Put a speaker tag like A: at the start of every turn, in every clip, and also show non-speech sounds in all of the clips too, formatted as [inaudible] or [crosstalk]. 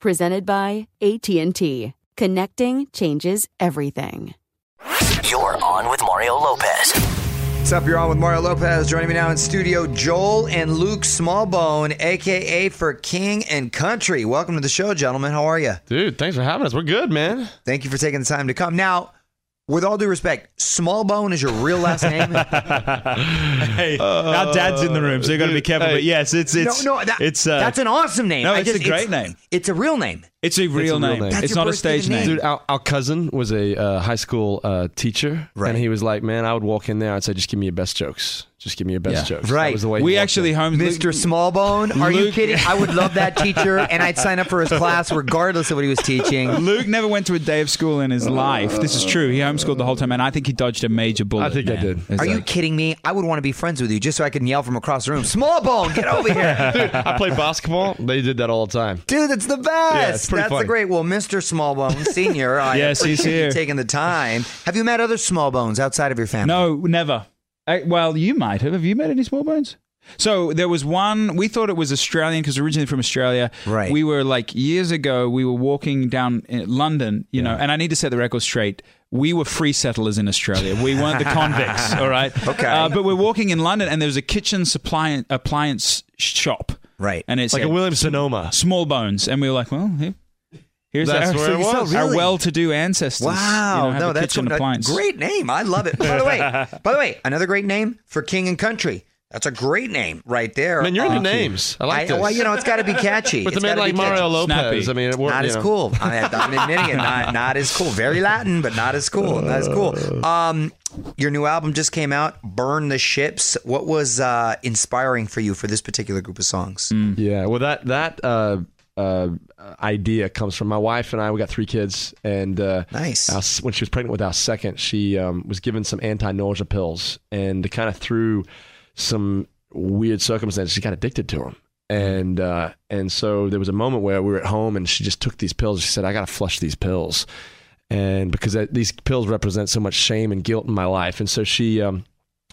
A: presented by AT&T. Connecting changes everything.
B: You're on with Mario Lopez.
C: What's up? You're on with Mario Lopez. Joining me now in studio, Joel and Luke Smallbone, aka for King and Country. Welcome to the show, gentlemen. How are you?
D: Dude, thanks for having us. We're good, man.
C: Thank you for taking the time to come. Now, with all due respect, Smallbone is your real [laughs] last name.
E: hey, now Dad's in the room, so you got to be careful.
D: hey.
E: But yes, it's it's
C: no, no, that,
E: it's uh,
C: that's an awesome name.
E: No,
C: I
E: it's a great
C: it's,
E: name.
C: It's a real name.
E: it's a real
D: real
E: name.
D: name.
C: That's
E: It's
C: your
E: not a
C: birth
E: stage
C: name.
E: name.
D: Dude, our, our cousin was a uh, high school uh, teacher,
C: Right.
D: and he was like, "Man, I would walk in there. I'd say, just give me your best jokes. Just give me your best
E: Yeah.
D: jokes."
C: Right.
D: That was the way he
E: we
D: walked
E: actually
D: in.
E: homes
C: Mr. Smallbone, are you
E: Luke-
C: kidding? I would love that [laughs] teacher, and I'd sign up for his class regardless of what he was [laughs] teaching.
E: Luke never went to a day of school in his life. This is true. He homeschooled the whole time, and I think he dodged a major bullet.
D: I think I
E: man.
D: did.
E: It's
C: Are you
E: like-
C: kidding me? I would want to be friends with you just so I can yell from across the room, Smallbone, get over [laughs] here.
D: I played basketball. They did that all the time.
C: Dude, that's the best.
D: it's pretty
C: that's the
D: funny.
C: great. Well, Mr. Smallbone Senior, I
E: [laughs] Yes, he's
C: appreciate you
E: here.
C: taking the time. Have you met other Smallbones outside of your family?
E: No, never. Uh, well, you might have. Have you met any Smallbones? So there was one. We thought it was Australian because originally from Australia.
C: Right.
E: We were like years ago. We were walking down in London, you know, and I need to set the record straight. We were free settlers in Australia. We
C: [laughs]
E: weren't the convicts, all right?
C: Okay.
E: Uh, but we're walking in London, and there's a kitchen supply appliance shop,
C: Right.
E: and it's
D: Like a William Sonoma.
E: small bones, and we were like, well, here- here's
D: That's
E: our,
D: where it was.
E: [laughs] our
C: Really?
E: well-to-do ancestors.
C: Wow,
E: you know, have
C: no,
E: a
C: that's
E: kitchen
C: a
E: appliance.
C: great name. I love it. By the
E: [laughs]
C: way, by the way, another great name for King and Country. That's a great name right there.
D: Man, you're
C: Uh,
D: into names. I like this.
C: well, you know, it's got to be catchy.
D: [laughs] with a
C: It's
D: man
C: gotta
D: like
C: be catchy.
D: Mario Lopez,
E: Snappy.
D: I mean, it, wor-
C: Not
D: you
C: as
D: know.
C: cool. I, I'm
D: [laughs]
C: admitting it. Not, not as cool. Very Latin, but not as cool. Not as
D: Uh.
C: cool. Um, your new album just came out. Burn the ships. What was uh, inspiring for you for this particular group of songs?
D: Yeah. Well, that that uh, uh, idea comes from my wife and I. We got three kids, and uh,
C: Nice.
D: our s- when she was pregnant with our second, she um, was given some anti-nausea pills, and kind of through some weird circumstances, she got addicted to them. And uh, and so there was a moment where we were at home, and she just took these pills. She said, "I got to flush these pills," and because that, these pills represent so much shame and guilt in my life, and so she. Um,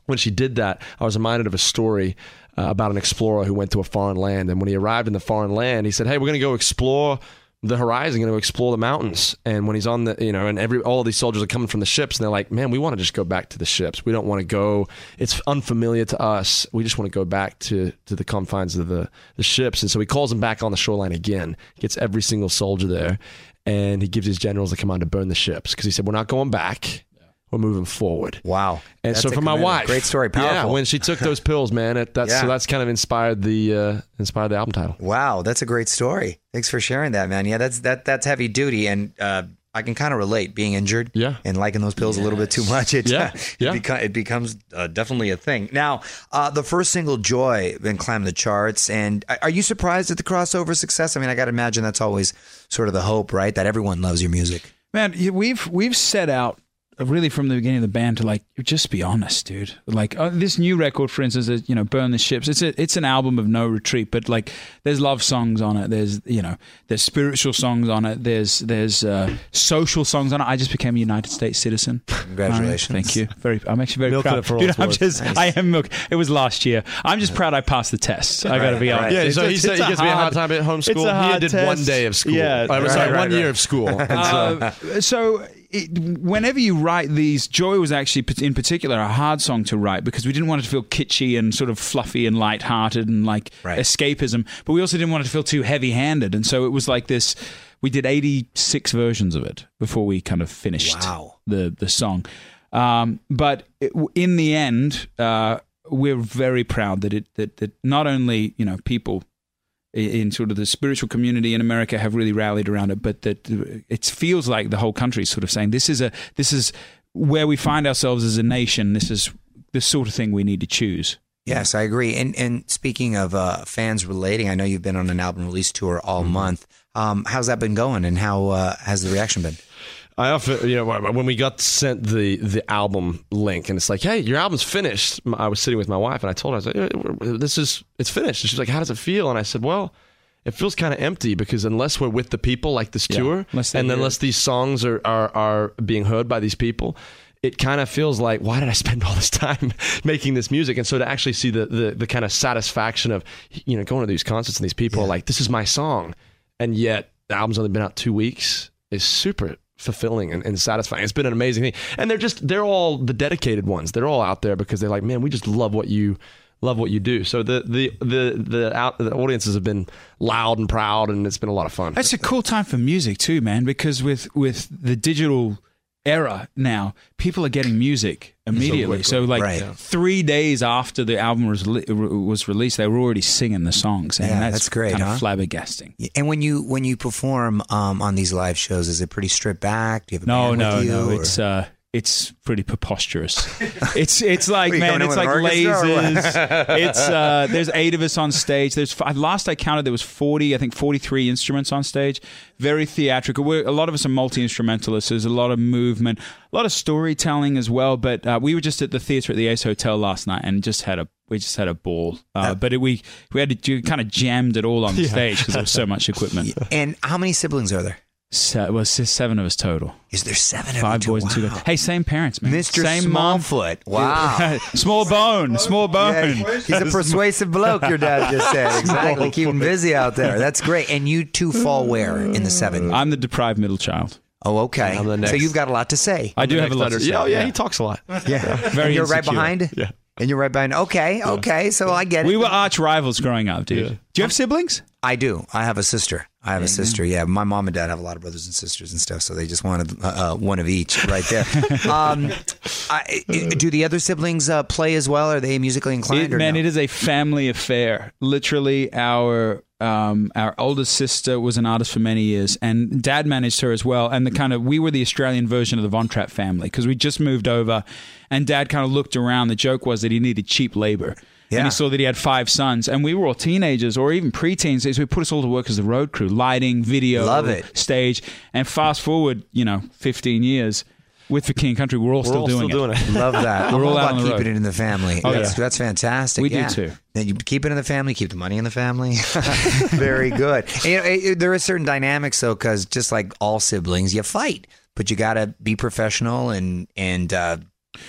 D: when she did that, I was reminded of a story uh, about an explorer who went to a foreign land. And when he arrived in the foreign land, he said, "Hey, we're going to go explore the horizon, going to explore the mountains." And when he's on the, you know, and every all of these soldiers are coming from the ships, and they're like, "Man, we want to just go back to the ships. We don't want to go. It's unfamiliar to us. We just want to go back to to the confines of the the ships." And so he calls them back on the shoreline again. Gets every single soldier there, and he gives his generals the command to burn the ships because he said, "We're not going back." we're moving forward.
C: Wow.
D: And
C: That's
D: so
C: a
D: for my
C: commitment.
D: wife,
C: Great story. Powerful.
D: Yeah, when she took those pills, man, it, that's so
C: Yeah.
D: that's kind of inspired the uh, inspired the album title.
C: Wow, that's a great story. Thanks for sharing that, man. Yeah, that's that that's heavy duty, and uh, I can kind of relate being injured.
D: Yeah.
C: and liking those pills a little bit too much. [laughs] It,
D: Yeah, yeah.
C: It, beco- it becomes uh, definitely a thing. Now, uh, the first single, "Joy," then climbed the charts. And are- are you surprised at the crossover success? I mean, I got to imagine that's always sort of the hope, right? That everyone loves your music.
E: Man, you- we've we've set out uh, really from the beginning of the band to like just be honest, dude. Like uh, this new record, for instance, is, you know, "Burn the Ships." It's a it's an album of no retreat, but like there's love songs on it. There's you know there's spiritual songs on it. There's there's uh, social songs on it. I just became a United States citizen.
C: Congratulations.
E: Thank you. Very. I'm actually very
D: Milk
E: proud.
D: it for what
E: Dude,
D: it's
E: I'm
D: worth.
E: just. I am milk. It was last year. I'm just proud I passed the test. I got to be honest.
D: Yeah,
F: It's
D: so
F: a-
D: he said
F: it's
D: he
F: a
D: gives me a hard
F: hard-
D: time at home
F: it's
D: school.
F: a
D: He
F: hard
D: did one
F: test.
D: day of school.
F: Yeah.
D: I'm
F: Right,
D: sorry,
C: right,
D: one
C: right.
D: year of [laughs] school. And
C: [laughs]
D: so-
E: Uh, so it, whenever you write these, Joy was actually p- in particular a hard song to write because we didn't want it to feel kitschy and sort of fluffy and lighthearted and like
C: Right.
E: escapism, but we also didn't want it to feel too heavy-handed, and so it was like this. We did 86 versions of it before we kind of finished
C: Wow.
E: the the song, um, but it, in the end, uh, we're very proud that it that, that not only you know people in- in sort of the spiritual community in America have really rallied around it, but that uh, it feels like the whole country is sort of saying this is a this is where we find ourselves as a nation. This is the sort of thing we need to choose.
C: Yes, I agree. And and speaking of uh, fans relating, I know you've been on an album release tour all
D: Mm-hmm.
C: month. Um, how's that been going, and how uh, has the reaction been?
D: I often, you know, when we got sent the the album link, and it's like, hey, your album's finished. I was sitting with my wife, and I told her, I was like, eh, this is it's finished. And she's like, how does it feel? And I said, well, it feels kind of empty because unless we're with the people like this tour,
E: unless they
D: and
E: hear
D: unless these songs are are, are being heard by these people. It kind of feels like why did I spend all this [laughs] time making this music? And so to actually see the the, the kind of satisfaction of you know going to these concerts and these people are like this is my song, and yet the album's only been out two weeks is super fulfilling and, and satisfying. It's been an amazing thing. And they're just they're all the dedicated ones. They're all out there because they're like, man, we just love what you love what you do. So the the the the, out, the audiences have been loud and proud, and it's been a lot of fun.
E: That's a cool time for music too, man, because with with the digital era now, people are getting music immediately. So, like
C: Right. Yeah.
E: 3 days after the album was li- was released, they were already singing the songs and
C: Yeah,
E: that's,
C: that's great,
E: kind
C: huh?
E: of flabbergasting.
C: And when you when you perform um, on these live shows, is it pretty stripped back? Do you have a
E: No,
C: band
E: no,
C: with you,
E: no.
C: or-
E: It's uh, it's
C: [laughs]
E: pretty preposterous. it's it's like
C: What, you
E: man,
C: going in
E: it's
C: with an
E: like
C: orchestra or what?
E: lasers.
C: [laughs]
E: it's uh, there's eight of us on stage. There's f- last I counted, there was forty. I think forty three instruments on stage. Very theatrical. We're, a lot of us are multi instrumentalists. There's a lot of movement, a lot of storytelling as well. But uh, we were just at the theater at the Ace Hotel last night and just had a. We just had a ball, uh, but it, we we had to do, kind of jammed it
C: [laughs]
E: all on stage because there was so much equipment.
C: and how many siblings are there?
E: Se- well, se- seven of us total
C: Is there seven? of
E: five
C: you?
E: boys and two
C: Wow.
E: girls. Hey, same parents, man.
C: Mr.
E: Same mom. [laughs]
C: Smallfoot. Wow.
E: small bone, small bone.
C: Yeah, he's a persuasive bloke. Your dad just said
D: [laughs]
C: exactly. Keep him busy out there. That's great. And you two fall where in the seven?
E: I'm the deprived middle child.
C: Oh, okay.
D: I'm the
C: So
D: next.
C: you've got a lot to say.
E: I do have a lot to say.
D: yeah, oh, yeah, he talks a lot.
C: Yeah.
E: Very
C: and you're right
E: insecure.
C: behind.
D: Yeah.
C: And you're right behind. Okay. Okay. So I get it.
E: We were arch rivals growing up, dude. Do you have siblings?
C: I do. I have a sister. I have a sister. Yeah, my mom and dad have a lot of brothers and sisters and stuff, so they just wanted uh, uh, one of each right
E: [laughs]
C: there. um, I, i- do the other siblings uh, play as well? Are they musically inclined?
E: It-
C: or
E: man,
C: no?
E: it is a family affair. Literally, our um, our oldest sister was an artist for many years, and dad managed her as well. And the kind of we were the Australian version of the Von Trapp family because we just moved over, and dad kind of looked around. The joke was that he needed cheap labor. And
C: Yeah.
E: he saw that he had five sons, and we were all teenagers or even preteens. So he put us all to work as the road crew, lighting, video,
C: Love it.
E: stage. And fast forward, you know, 15 years with the King Country, we're all
D: We're
E: still
D: all
E: doing it.
D: still doing
C: [laughs]
D: it.
C: Love that.
E: [laughs] We're
C: I'm
E: all
C: about
E: out on the
C: keeping
E: road.
C: it in the family.
E: Oh,
C: that's,
E: yeah.
C: that's fantastic.
E: We do
C: yeah.
E: too.
C: Then you keep it in the family, keep the money in the family. [laughs] Very good. And, you know, it, it- there is certain dynamics though, because just like all siblings, you fight, but you got to be professional and and. Uh,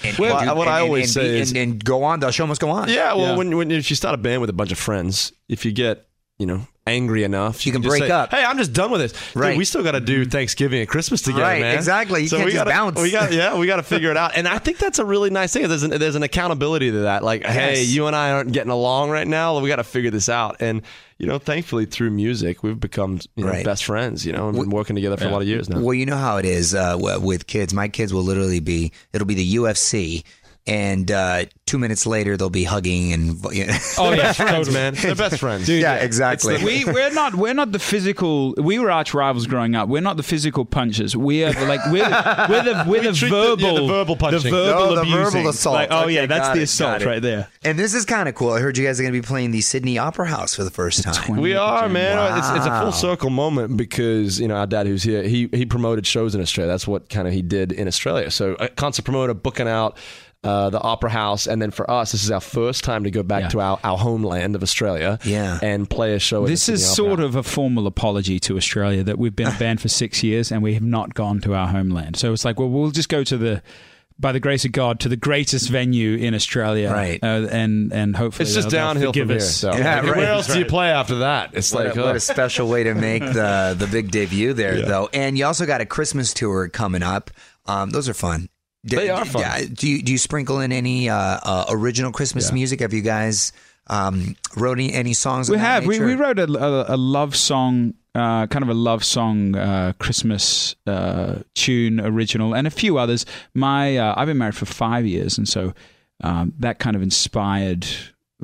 C: and
D: Well,
C: and do-
D: what I
C: and-
D: always
C: and,
D: say
C: be-
D: is-
C: and, and go on. The show must go on.
D: Yeah, well,
E: Yeah.
D: when when if you start a band with a bunch of friends, if you get you know angry enough.
C: You can
D: just
C: break
D: say,
C: up.
D: Hey, I'm just done with this. Dude,
C: Right.
D: we still got to
E: Mm-hmm.
D: do Thanksgiving and Christmas together,
C: Right,
D: man.
C: exactly. You can't
D: we
C: just
D: gotta,
C: bounce.
D: We got, yeah, we
C: [laughs]
D: got to figure it out. And I think that's a really nice thing. There's an, there's an accountability to that. Like, hey,
C: Yes.
D: you and I aren't getting along right now. We got to figure this out. And you know, thankfully through music, we've become you know,
C: Right.
D: best friends. You know, and been working together for a lot of years now.
C: Well, you know how it is uh, w- with kids. My kids will literally be it'll be the UFC, and uh, two minutes later they'll be hugging and.
E: Oh
C: [laughs]
E: yeah,
D: friends,
E: totally.
D: man. They're best friends.
C: yeah, exactly.
E: we we're not we're not the physical. We were arch rivals growing up. We're not the physical punchers. We are the, like we're the, we're the,
D: [laughs]
E: we're the
D: treat the-
E: verbal
D: yeah, the verbal punching.
E: The verbal,
C: No, Oh, the verbal
E: abusing.
C: assault.
E: Like, oh
C: Okay,
E: yeah, that's
C: got
E: the
C: it,
E: assault
C: got it.
E: right there.
C: and this is kind of cool. I heard you guys are going to be playing the Sydney Opera House for the first time.
D: We are, man. It's, it's a full circle moment because you know our dad, who's here, he he promoted shows in Australia. That's what kind of he did in Australia. So a concert promoter booking out. Uh, the opera house, and then for us, this is our first time to go back to our, our homeland of Australia,
C: Yeah.
D: and play a show. at
E: This
D: the
E: is
D: Sydney Opera
E: sort
D: House.
E: of a formal apology to Australia that we've been a band for six years and we have not gone to our homeland. So it's like, well, we'll just go to the, by the grace of God, to the greatest venue in Australia,
C: Right.
E: Uh, and and hopefully
D: it's just
E: they'll- they'll
D: downhill
E: forgive
D: from here.
E: us.
D: So.
C: Yeah, right.
D: Where else do you play after that? It's
C: What
D: like
C: a, what
D: uh,
C: a special way to make
E: [laughs]
C: the the big debut there, though. And you also got a Christmas tour coming up. Um, those are fun. D-
D: They are
C: d-
D: fun.
C: yeah, Do you, do you sprinkle in any uh, uh, original Christmas music? Have you guys um, wrote any, any songs? of
E: We
C: that
E: have. We,
C: nature?
E: we wrote a, a, a love song, uh, kind of a love song uh, Christmas uh, tune original, and a few others. My uh, I've been married for five years, and so um, that kind of inspired.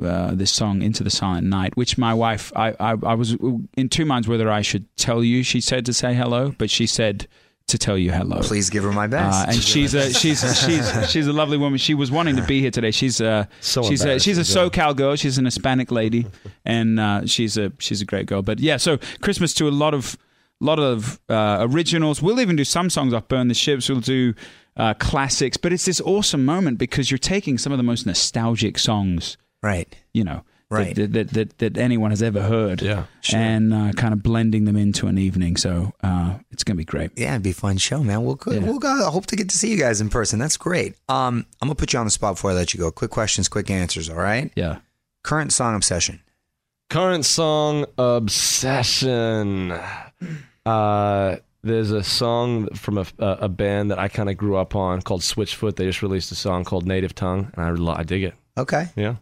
E: Uh, this song into the silent night which my wife I, I i was in two minds whether i should tell you she said to say hello but she said to tell you hello
C: Please give her my
E: uh,
C: best.
E: and
D: [laughs]
E: she's a she's she's she's a lovely woman. She was wanting to be here today. She's a
D: So
E: she's a, she's a
D: embarrassing,
E: SoCal girl. She's an
D: [laughs]
E: Hispanic lady, and uh, she's a she's a great girl. But yeah, so Christmas to a lot of lot of uh, originals. We'll even do some songs off Burn the Ships. We'll do uh, classics. But it's this awesome moment because you're taking some of the most nostalgic songs,
C: right.
E: you know, that-
C: Right.
E: that that, that, that anyone has ever heard,
D: Yeah.
E: and uh, kind of blending them into an evening. So uh, it's gonna be great.
C: Yeah, it'd be a fun show, man. We'll go, we'll go. I hope to get to see you guys in person. That's great. Um, I'm gonna put you on the spot before I let you go. Quick questions, quick answers. All right.
E: Yeah.
C: Current song obsession.
D: Current song obsession. Uh, there's a song from a, a a band that I kind of grew up on called Switchfoot. They just released a song called Native Tongue, and I lo- I dig it.
C: Okay.
D: Yeah,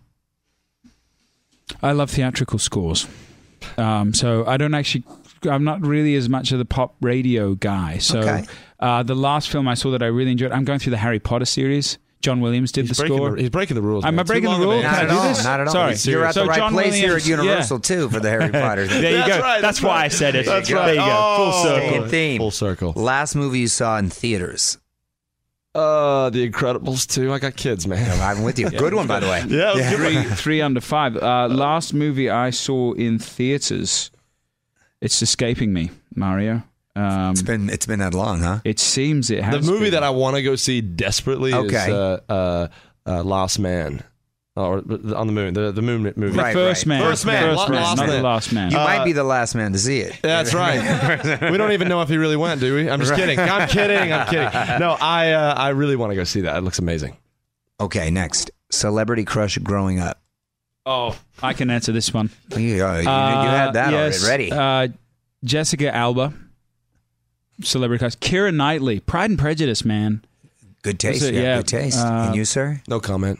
E: I love theatrical scores. Um, so I don't actually, I'm not really as much of the pop radio guy. So
C: Okay.
E: uh, the last film I saw that I really enjoyed, I'm going through the Harry Potter series. John Williams did
D: he's
E: the
D: breaking
E: score.
D: the, he's breaking the rules.
E: Am
D: man.
E: I
D: Too
E: breaking the
D: long of an
C: Not at
D: answer.
E: rules? Can I do
C: all.
E: this?
C: Not at all.
E: Sorry.
C: You're at
E: So
C: the right
E: John
C: place
E: Williams-
C: here
E: yeah.
C: at Universal too for the
E: [laughs]
C: Harry Potter.
E: There you
D: That's
E: go.
D: right,
E: that's
D: that's
E: why I
D: right.
E: said it.
C: There you go.
E: There you go. Oh. Full circle.
C: Same theme.
D: Full circle.
C: Last movie you saw in theaters.
D: Uh, The Incredibles too. I got kids, man.
C: I'm with
E: [laughs]
C: you. Good one, by the way.
D: [laughs] Yeah, it was a good
E: Three,
D: one. [laughs]
E: three under five. Uh, last movie I saw in theaters. It's escaping me, Mario. Um,
C: It's been it's been that long, huh?
E: it seems it
D: The
E: has
D: movie
E: been.
D: that I want to go see desperately
C: Okay.
D: is uh, uh, uh, Last Man, or uh, on the moon, the the moon movie.
E: the
C: Right,
E: first
C: right.
E: man,
D: First Man,
E: first
D: Lost
E: man,
D: Man.
E: not the last man.
C: You might be the last man to see it.
D: That's [laughs] right. we don't even know if he really went, do we? I'm just kidding. I'm kidding. I'm [laughs] kidding. No, I uh, I really want to go see that. It looks amazing.
C: Okay, next celebrity crush growing up.
E: oh, I can answer this one.
C: You, you- you
E: Uh,
C: had that
E: yes,
C: already. Ready?
E: Uh, Jessica Alba, celebrity cast. Kira Knightley, Pride and Prejudice, man.
C: good taste.
E: it-
C: yeah,
E: yeah,
C: good taste.
E: uh,
C: and you, sir?
D: No comment.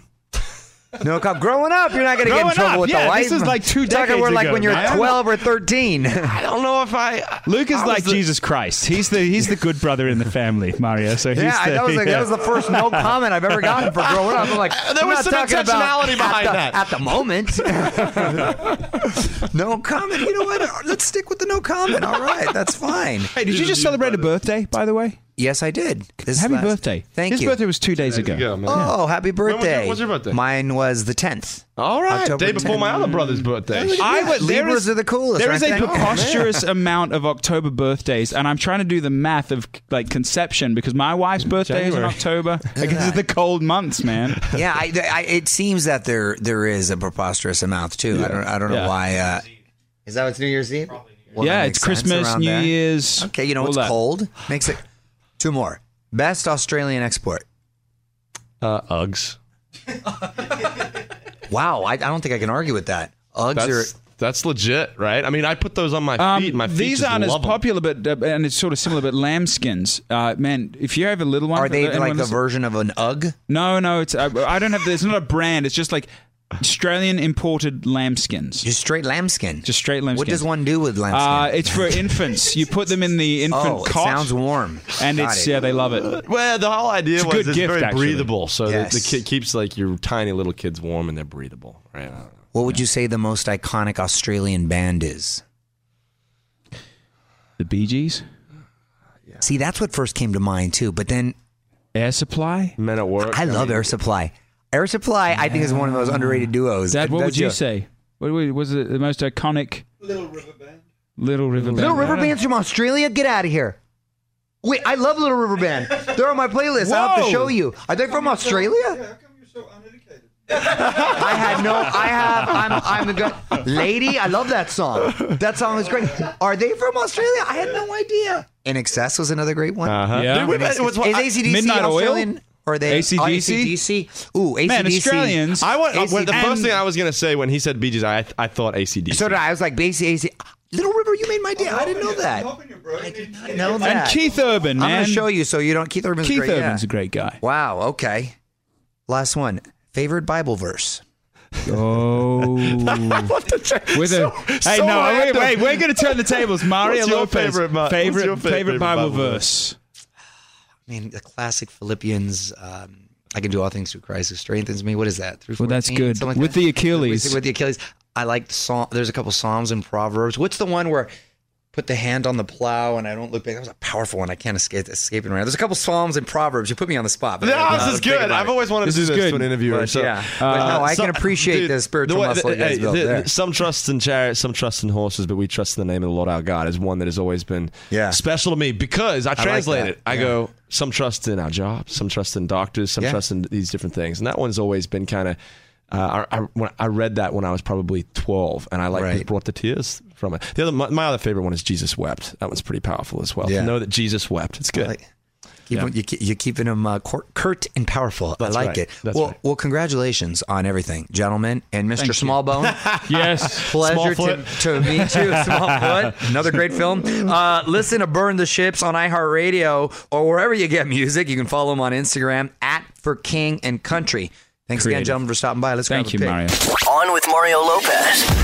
C: No, cop. Growing up, you're not gonna get in
E: Growing
C: trouble
E: up,
C: with
E: yeah,
C: the life.
E: this is like two
C: Talking
E: decades
C: we're like
E: ago,
C: when you're
E: man.
C: 12 or
E: [laughs]
C: 13.
D: I don't know if I. uh,
E: Luke is
D: I was
E: like
D: the-
E: Jesus Christ. He's the he's the good brother in the family, Mario. [laughs] So he's
C: yeah,
E: the,
C: that was like, that was the first no comment I've ever gotten for growing up.
E: [laughs]
C: I'm like,
D: There
C: I'm
D: was
C: not
D: some
C: talking about
D: intentionality
C: at
D: behind
C: the-
D: that.
C: at the moment. [laughs] no comment. You know what? Let's stick with the no comment. All right, that's fine.
E: Hey, did you just celebrate a birthday, by the way?
C: Yes, I did. This
E: Happy
C: last-
E: birthday!
C: Thank
E: His
C: you.
E: birthday was two days ago.
D: Yeah, man.
C: Oh, happy
D: was your-
C: birthday!
D: what's your birthday?
C: Mine was the 10th.
D: Oh, All right.
C: October
D: Day before
C: 10th.
D: my other brother's birthday.
E: I
C: Yeah,
E: would, there
C: Libras
E: is,
C: are the coolest,
E: There is
C: aren't they?
E: a
C: Oh, man.
E: [laughs] preposterous amount of October birthdays, and I'm trying to do the math of like conception because my wife's birthday is in
D: January.
E: October. I guess it's the cold months, man. [laughs]
C: Yeah, I, I, it seems that there there is a preposterous amount too. I don't I don't
E: Yeah.
C: know why. Uh, is that what's New Year's Eve? Well,
E: yeah,
C: that
E: it's
C: makes sense
E: Christmas,
C: around
E: New
C: there.
E: Year's.
C: Okay, you know
E: all
C: it's
E: that.
C: cold. Makes it two more. Best Australian export.
D: Uh, Uggs.
C: Wow, I, I don't think I can argue with that. Uggs
D: That's
C: are
D: that's legit, right? I mean, I put those on my feet. and my feet
E: Um, these
D: just
E: aren't as
D: love 'em.
E: popular, but uh, and it's sort of similar. But lambskins, uh, man, if you have a little one,
C: Are
E: for
C: they
E: anyone
C: like the
E: listening-
C: version of an UGG?
E: No, no, it's I, I don't have. It's not a brand. It's just like Australian imported lambskins.
C: Just straight lambskin.
E: Just straight lambskins.
C: What does one do with
E: Uh,
C: lambskin? [laughs]
E: it's for infants. You put them in the infant
C: oh, it
E: cot,
C: sounds warm.
E: and
C: Got
E: it's
C: it.
E: yeah, they love it.
D: Well, the whole idea
E: It's a
D: was
E: good
D: it's
E: gift,
D: very
E: actually.
D: breathable, so that the
C: Yes.
D: kid keeps like your tiny little kids warm and they're breathable, right? I don't know.
C: What would you say the most iconic Australian band is?
E: The Bee Gees,
C: See, that's what first came to mind too. But then
E: Air Supply.
D: Men at
E: Oh,
D: work.
C: I love
D: mean,
C: Air Supply. Air Supply, I think, is one of those underrated duos.
E: Dad, what
C: That's
E: would you
C: a-
E: say? What would- was it the most iconic? Little River Band. Little River Band.
C: Little River Band's from Australia? Get out of here. Wait, I love Little River Band. They're on my playlist. I'll have to
E: Whoa.
C: show you. Are they from Australia? I had no. I have. I'm. I'm a good lady. I love that song. That song is great. Are they from Australia? I had no idea. In excess was another great one.
D: Uh-huh.
E: Yeah.
D: Dude, we've had- what's-
C: Is
D: I-
C: ACDC
E: Midnight Oil?
C: Australian? Or are they
E: AC/DC?
C: oh, AC/DC? Ooh, ACDC.
E: Man, Australians.
D: I want
C: AC/DC.
D: uh, well, the first
E: And-
D: thing I was gonna say when he said Bee Gees, I I thought ACDC.
C: So did I. I was like, basically, AC. Little River, you made my day. I didn't know that. I did not know that.
E: And Keith Urban,
C: I'm
E: man.
C: going to show you so you don't. Keith Urban's
E: Keith
C: great. yeah.
E: Urban's a
C: [laughs]
E: great guy.
C: Wow. Okay. Last one. Favorite Bible verse.
E: Oh.
C: [laughs]
D: What the check?
E: With
D: so,
E: a,
D: so
E: hey, no,
D: I had
E: wait,
D: to-
E: wait, we're going to turn the
C: [laughs]
E: tables. Mario
D: What's your
E: Lopez,
D: favorite Ma- what's
E: favorite,
D: your fa-
E: favorite,
D: favorite
E: Bible,
D: Bible
E: verse.
C: I mean, the classic Philippians. Um, I can do all things through Christ who strengthens me. What is that? Through
E: Well, that's
C: 14,
E: good.
C: something
E: With
C: that?
E: the Achilles.
C: With, with the Achilles. I like the song. There's a couple Psalms and Proverbs. What's the one where put the hand on the plow and I don't look back? That was a powerful one. I can't escape escaping right now. There's a couple Psalms and Proverbs. You put me on the spot. but I
D: No,
C: don't know how
D: this is
C: to think
D: good.
C: about
D: I've
C: it.
D: always wanted
E: This
D: to do
E: is
D: this
E: good.
D: to an interviewer.
C: But,
D: so,
C: yeah. But no, I can appreciate the spiritual muscle you guys built there.
D: Some trust in chariots, some trust in horses, but we trust in the name of the Lord our God is one that has always been
C: Yeah.
D: special to me because I translate
C: that.
D: it. I
C: Yeah.
D: go, some trust in our job, some trust in doctors, some
C: Yeah.
D: trust in these different things. And that one's always been kind of. Uh, I, I, when I read that when I was probably 12, and I like
C: Right.
D: brought the tears from it. The other, my, my other favorite one is Jesus wept. That one's pretty powerful as well.
C: Yeah.
D: To know that Jesus wept, it's good.
C: Like, keep you keep, you're keeping them uh, cor- curt and powerful.
D: That's
C: I like
D: right.
C: it.
D: That's
C: well,
D: right.
C: well, congratulations on everything, gentlemen, and Mr. [laughs]
E: [laughs]
C: Smallbone.
E: Yes.
C: Pleasure to,
D: Smallfoot.
C: to meet you,
E: [laughs]
C: Smallfoot. Another great film. Uh, listen to Burn the Ships on iHeartRadio or wherever you get music. You can follow him on Instagram at For King and Country. Thanks again,
E: Creative.
C: gentlemen, for stopping by. Let's
E: Thank
C: grab
E: you,
C: a pic.
E: Mario.
B: On with Mario Lopez.